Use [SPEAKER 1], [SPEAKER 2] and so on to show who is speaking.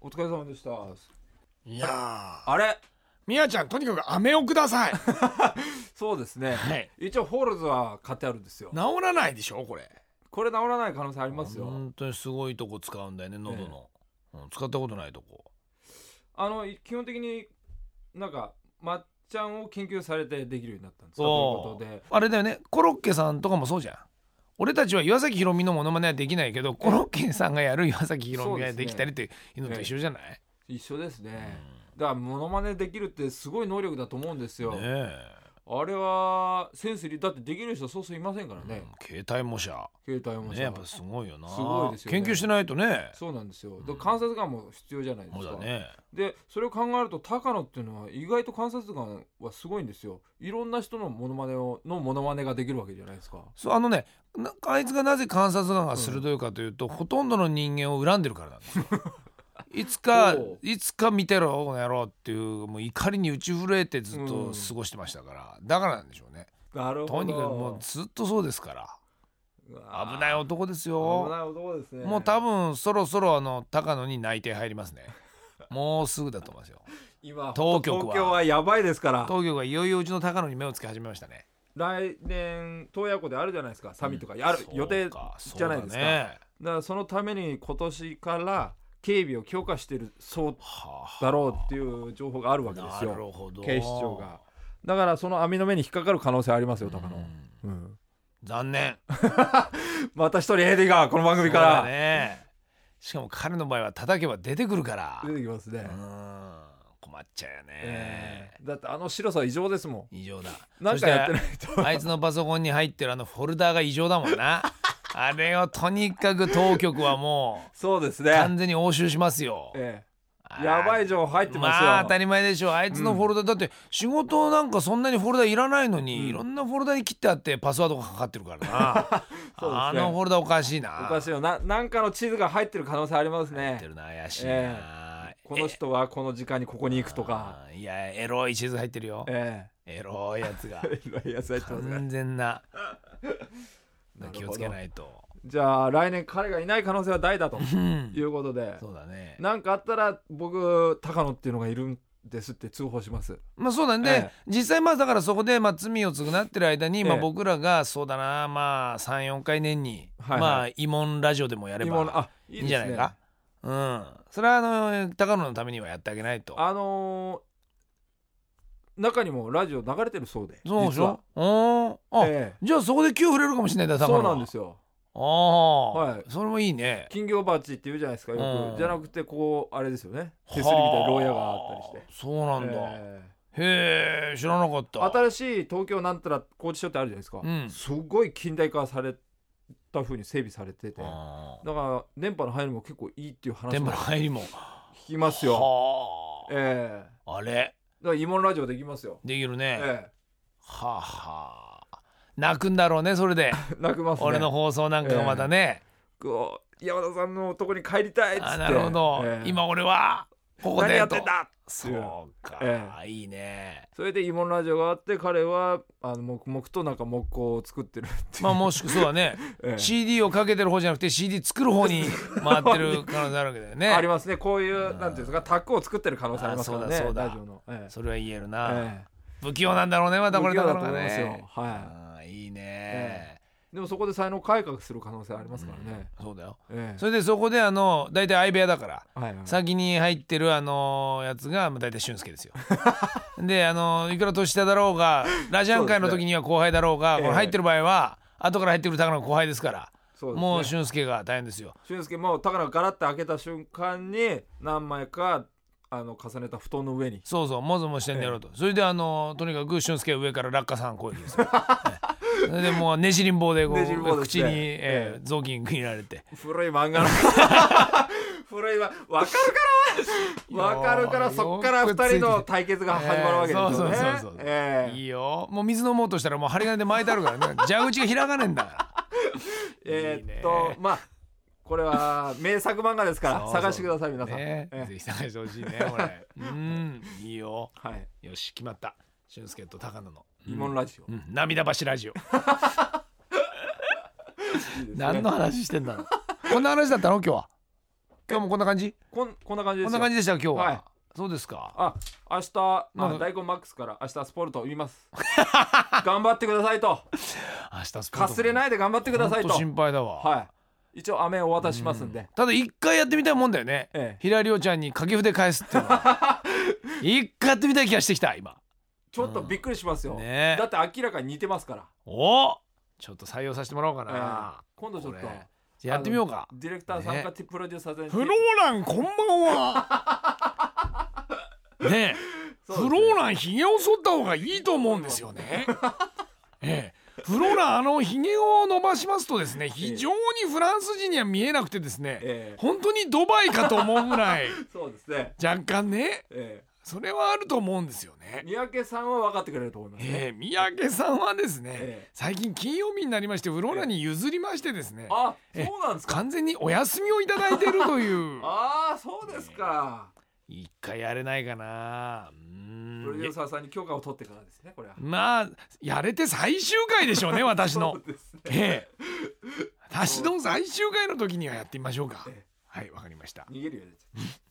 [SPEAKER 1] お疲れ様でした
[SPEAKER 2] いやー
[SPEAKER 1] あれ
[SPEAKER 2] みやちゃんとにかく飴をください
[SPEAKER 1] そうですね、
[SPEAKER 2] はい
[SPEAKER 1] 一応ホールズは買ってあるんですよ
[SPEAKER 2] 治らないでしょこれ
[SPEAKER 1] これ治らない可能性ありますよ、
[SPEAKER 2] 本当にすごいとこ使うんだよね喉の、うん、使ったことないとこ
[SPEAKER 1] あのい基本的になんかまっちゃんを研究されてできるようになったんですかという
[SPEAKER 2] そう
[SPEAKER 1] ことで
[SPEAKER 2] あれだよねコロッケさんとかもそうじゃん俺たちは岩崎宏美のモノマネはできないけどコロッケさんがやる岩崎宏美ができたりっていうのと一緒じゃない、
[SPEAKER 1] 一緒ですね、だからモノマネできるってすごい能力だと思うんですよ、
[SPEAKER 2] ねえ
[SPEAKER 1] あれはセンスにだってできる人そうそういませんからね、
[SPEAKER 2] 携帯模写
[SPEAKER 1] 携帯も
[SPEAKER 2] ねやっぱすごいよな
[SPEAKER 1] すごいですよね
[SPEAKER 2] 研究してないとね
[SPEAKER 1] そうなんですよ、で観察眼も必要じゃないで
[SPEAKER 2] そ
[SPEAKER 1] す
[SPEAKER 2] う
[SPEAKER 1] か
[SPEAKER 2] だね
[SPEAKER 1] でそれを考えると高野っていうのは意外と観察眼はすごいんですよいろんな人のモノマネをのモノマネができるわけじゃないですか
[SPEAKER 2] そうあのねなあいつがなぜ観察眼が鋭いかというと、ほとんどの人間を恨んでるからな んですよいつか
[SPEAKER 1] おう
[SPEAKER 2] いつか見てろこの野郎っていうもう怒りに打ち震えてずっ
[SPEAKER 1] う
[SPEAKER 2] と
[SPEAKER 1] ん
[SPEAKER 2] 過ごしてましたから、だからなんでしょうね
[SPEAKER 1] なる
[SPEAKER 2] とにかくもうずっとそうですから危ない男です
[SPEAKER 1] 危
[SPEAKER 2] よ
[SPEAKER 1] ない男ですね
[SPEAKER 2] もう多分そろそろあの高野に内定入りますね もうすぐだと思いますよ
[SPEAKER 1] 今
[SPEAKER 2] 当局は
[SPEAKER 1] 東京はやばいですから
[SPEAKER 2] 東京がいよいようちの高野に目をつけ始めましたね
[SPEAKER 1] 来年洞爺湖であるじゃないですかサミットがやる予定だか
[SPEAKER 2] そう
[SPEAKER 1] じゃないですか
[SPEAKER 2] そうだね
[SPEAKER 1] らそのために今年から警備を強化してるそう
[SPEAKER 2] はあ
[SPEAKER 1] だろうっていう情報があるわけです
[SPEAKER 2] なる
[SPEAKER 1] よ
[SPEAKER 2] ほど
[SPEAKER 1] 警視庁がだからその網の目に引っかかる可能性ありますよ高野、
[SPEAKER 2] うん
[SPEAKER 1] うん
[SPEAKER 2] 残念
[SPEAKER 1] また一人エディがこの番組か
[SPEAKER 2] そうだ
[SPEAKER 1] ら
[SPEAKER 2] ねしかも彼の場合は叩けば出てくるからう
[SPEAKER 1] 出てきますね、
[SPEAKER 2] ん困っちゃうよね、
[SPEAKER 1] ええだってあの白さは異常ですも
[SPEAKER 2] 異常だ
[SPEAKER 1] んなんかやってないいと
[SPEAKER 2] あいつのパソコンに入ってるあのフォルダーが異常だもんなあれをとにかく当局はもう
[SPEAKER 1] そうです
[SPEAKER 2] 完
[SPEAKER 1] ね、
[SPEAKER 2] 全に押収しますよ、
[SPEAKER 1] え
[SPEAKER 2] あ
[SPEAKER 1] え、
[SPEAKER 2] ー
[SPEAKER 1] やばい情報入ってますよ、
[SPEAKER 2] まあ当たり前でしょあいつのフォルダ、だって仕事なんかそんなにフォルダいらないのに、
[SPEAKER 1] うん
[SPEAKER 2] いろんなフォルダに切ってあってパスワードがかかってるからな、
[SPEAKER 1] そうですね
[SPEAKER 2] あのフォルダおかしいな
[SPEAKER 1] おかしいよななんかの地図が入ってる可能性あります
[SPEAKER 2] 入っ
[SPEAKER 1] ね
[SPEAKER 2] てるな怪しいな、
[SPEAKER 1] えこの人はこの時間にここに行くとか
[SPEAKER 2] あーいやエロい地図入ってるよ
[SPEAKER 1] え
[SPEAKER 2] エロいや つが
[SPEAKER 1] えいろいろ野菜とか
[SPEAKER 2] 完 全な
[SPEAKER 1] なるほど
[SPEAKER 2] 気をつけないと
[SPEAKER 1] じゃあ来年彼がいない可能性は大だと
[SPEAKER 2] うん
[SPEAKER 1] いうことで
[SPEAKER 2] そうだね
[SPEAKER 1] なんかあったら僕高野っていうのがいるんですって通報します
[SPEAKER 2] まあそうなんで、
[SPEAKER 1] え
[SPEAKER 2] 実際まあだからそこでまあ罪を償ってる間に、まあ
[SPEAKER 1] ええ
[SPEAKER 2] 僕らがそうだなまあ34回年に、
[SPEAKER 1] はいはい
[SPEAKER 2] まあ慰問ラジオでもやれ
[SPEAKER 1] 今の
[SPEAKER 2] ば
[SPEAKER 1] あいい
[SPEAKER 2] いい
[SPEAKER 1] で
[SPEAKER 2] ん
[SPEAKER 1] す
[SPEAKER 2] じ
[SPEAKER 1] ね
[SPEAKER 2] ゃないかうんそれはあの高野のためにはやってあげないと
[SPEAKER 1] あのー中にもラジオ流れてるそうで
[SPEAKER 2] そうでし
[SPEAKER 1] 実は
[SPEAKER 2] ょうんあ、
[SPEAKER 1] え
[SPEAKER 2] じゃあそこで給触れるかもしれな
[SPEAKER 1] え
[SPEAKER 2] いんだ高野
[SPEAKER 1] そ
[SPEAKER 2] は
[SPEAKER 1] うなんですよ
[SPEAKER 2] ああ、
[SPEAKER 1] はい
[SPEAKER 2] それもいいね
[SPEAKER 1] 金魚鉢って言うじゃないですかよく、
[SPEAKER 2] うん
[SPEAKER 1] じゃなくてこうあれですよね手すりみたいな牢屋があったりして
[SPEAKER 2] はあそうなんだ、
[SPEAKER 1] ええ
[SPEAKER 2] へえ知らなかった
[SPEAKER 1] 新しい東京なんたら拘置所ってあるじゃないですか、
[SPEAKER 2] うん
[SPEAKER 1] すごい近代化された風に整備されててだか
[SPEAKER 2] あー
[SPEAKER 1] ら電波の入りも結構いいっていう話
[SPEAKER 2] 天
[SPEAKER 1] も
[SPEAKER 2] 馬の
[SPEAKER 1] 聞
[SPEAKER 2] 入りも
[SPEAKER 1] きますよ
[SPEAKER 2] はあ
[SPEAKER 1] ええ
[SPEAKER 2] あれ
[SPEAKER 1] だから疑問ラジオできますよ
[SPEAKER 2] できるね、
[SPEAKER 1] え
[SPEAKER 2] はあはあ泣くんだろうねそれで、
[SPEAKER 1] え 泣きますね
[SPEAKER 2] 俺の放送なんかがまたね、
[SPEAKER 1] こう山田さんのとこに帰りたいっつって
[SPEAKER 2] あなるほど、
[SPEAKER 1] ええ
[SPEAKER 2] 今俺はここ
[SPEAKER 1] 何
[SPEAKER 2] で
[SPEAKER 1] やっ
[SPEAKER 2] と
[SPEAKER 1] てんだ
[SPEAKER 2] そうか、
[SPEAKER 1] え
[SPEAKER 2] いいね
[SPEAKER 1] それで疑問ラジオがあって彼はあの黙々となんか木工を作ってるっていう、
[SPEAKER 2] まあもしくはそうだね
[SPEAKER 1] ええ
[SPEAKER 2] CD をかけてる方じゃなくて CD 作る方に回ってる可能性あるわけだよ ね
[SPEAKER 1] ありますねこういう
[SPEAKER 2] うん
[SPEAKER 1] なんていうんですかタックを作ってる可能性ありますからね
[SPEAKER 2] あそうだそうだ
[SPEAKER 1] ラジオの、ええ
[SPEAKER 2] それは言えるな、
[SPEAKER 1] ええ
[SPEAKER 2] 不器用なんだろうねまたこ
[SPEAKER 1] 不
[SPEAKER 2] れ
[SPEAKER 1] 器用だ
[SPEAKER 2] 高野が
[SPEAKER 1] と思い
[SPEAKER 2] ね
[SPEAKER 1] ますよはい
[SPEAKER 2] い、いいね、
[SPEAKER 1] えでもそこで才能改革する可能性ありますからね。
[SPEAKER 2] そうだよ
[SPEAKER 1] ええ
[SPEAKER 2] それでそこであの大体相部屋だから
[SPEAKER 1] はいはい
[SPEAKER 2] 先に入ってるあのやつがまあ大体俊 介ですよであのいくら年下だろうがラジャン会の時には後輩だろうが
[SPEAKER 1] そうですね
[SPEAKER 2] この
[SPEAKER 1] ええ
[SPEAKER 2] 入ってる場合は後から入ってくる高野が後輩ですから
[SPEAKER 1] そうですね、
[SPEAKER 2] も
[SPEAKER 1] も
[SPEAKER 2] う
[SPEAKER 1] う
[SPEAKER 2] 俊介が大変ですよ
[SPEAKER 1] 俊介も高野がガラッと開けた瞬間に何枚かあの重ねた布団の上に
[SPEAKER 2] そうそうもぞもぞしてんねやろうとそれであのとにかく俊介は上から落下さん攻撃で すよええそれでもうねじりん棒でこ
[SPEAKER 1] ねじりん棒
[SPEAKER 2] う
[SPEAKER 1] です
[SPEAKER 2] 口
[SPEAKER 1] ね
[SPEAKER 2] に
[SPEAKER 1] え
[SPEAKER 2] え
[SPEAKER 1] え
[SPEAKER 2] え雑巾入れられて
[SPEAKER 1] 古い漫画の 古いわわかるからわかるからそっから
[SPEAKER 2] よくついて
[SPEAKER 1] 2
[SPEAKER 2] き
[SPEAKER 1] 人
[SPEAKER 2] た
[SPEAKER 1] の対決が始まるわけですよね。
[SPEAKER 2] ええそうそうそうそう
[SPEAKER 1] ええ
[SPEAKER 2] いいよもう水飲もうとしたらもう針金で巻いてあるから ね蛇口が開かねえんだか
[SPEAKER 1] えーっと
[SPEAKER 2] いいね
[SPEAKER 1] まあこれは名作漫画ですから
[SPEAKER 2] そうそう
[SPEAKER 1] 探してください皆
[SPEAKER 2] ら
[SPEAKER 1] さん。
[SPEAKER 2] ね
[SPEAKER 1] ええ
[SPEAKER 2] ぜひ探してほしいねこれうんいいよ
[SPEAKER 1] はい。
[SPEAKER 2] よし決まった俊介と高野の
[SPEAKER 1] 疑問ラジオ。
[SPEAKER 2] うん涙橋ラジオ
[SPEAKER 1] いいですね
[SPEAKER 2] 何の話してんだろうこんな話だったの今日は今日もこんな感じ
[SPEAKER 1] こんこんな感じです
[SPEAKER 2] こ
[SPEAKER 1] よ
[SPEAKER 2] んな感じでした今日は、
[SPEAKER 1] はい
[SPEAKER 2] そうですか
[SPEAKER 1] あ明日、ま
[SPEAKER 2] な
[SPEAKER 1] あ、
[SPEAKER 2] んか
[SPEAKER 1] 大根マックスから明日スポルト売ります頑張ってください と
[SPEAKER 2] 明日スポーツ
[SPEAKER 1] かすれないで頑張ってください
[SPEAKER 2] ほん
[SPEAKER 1] と
[SPEAKER 2] 心配だわ、
[SPEAKER 1] はい一応飴お渡ししますんで
[SPEAKER 2] ただ一回やってみたいもんだよね、
[SPEAKER 1] ええ
[SPEAKER 2] 平良ちゃんに掛け筆返すっていうのは一回やってみたい気がしてきた今
[SPEAKER 1] ちょっとびっくりしますよ、
[SPEAKER 2] ね
[SPEAKER 1] だって明らかに似てますから、
[SPEAKER 2] おちょっと採用させてもらおうかな、
[SPEAKER 1] ええ今度ちょっと
[SPEAKER 2] これじゃあやってみようか
[SPEAKER 1] ディレクターさん
[SPEAKER 2] ね
[SPEAKER 1] かティプロデューサーさんに
[SPEAKER 2] フローランこんばんは ねえ
[SPEAKER 1] そうです
[SPEAKER 2] フ
[SPEAKER 1] ね
[SPEAKER 2] ローランひげを剃った方がいいと思うんですよ ねええフローランあのひげを伸ばしますとですね非常にフランス人には見えなくてですね、
[SPEAKER 1] ええ
[SPEAKER 2] 本当にドバイかと思うぐら い
[SPEAKER 1] そうですね、
[SPEAKER 2] 若干ね
[SPEAKER 1] え
[SPEAKER 2] それはあると思うんですよね
[SPEAKER 1] え、三宅さんは分かってくれると思います、ね
[SPEAKER 2] ええ三宅さんはですね、
[SPEAKER 1] ええ
[SPEAKER 2] 最近金曜日になりましてフローラに譲りましてですね、
[SPEAKER 1] あ
[SPEAKER 2] ええ
[SPEAKER 1] そうなんですか
[SPEAKER 2] 完全にお休みをいただいてるとい う
[SPEAKER 1] ああそうですか、
[SPEAKER 2] 一回やれないかなうーん
[SPEAKER 1] プロデューサーさんに許可を取ってからですねこれは
[SPEAKER 2] まあやれて最終回でしょ うね私の
[SPEAKER 1] そうですね
[SPEAKER 2] ええ私の最終回の時にはやってみましょうか
[SPEAKER 1] ええ
[SPEAKER 2] はいわかりました
[SPEAKER 1] 逃げるよねちょっと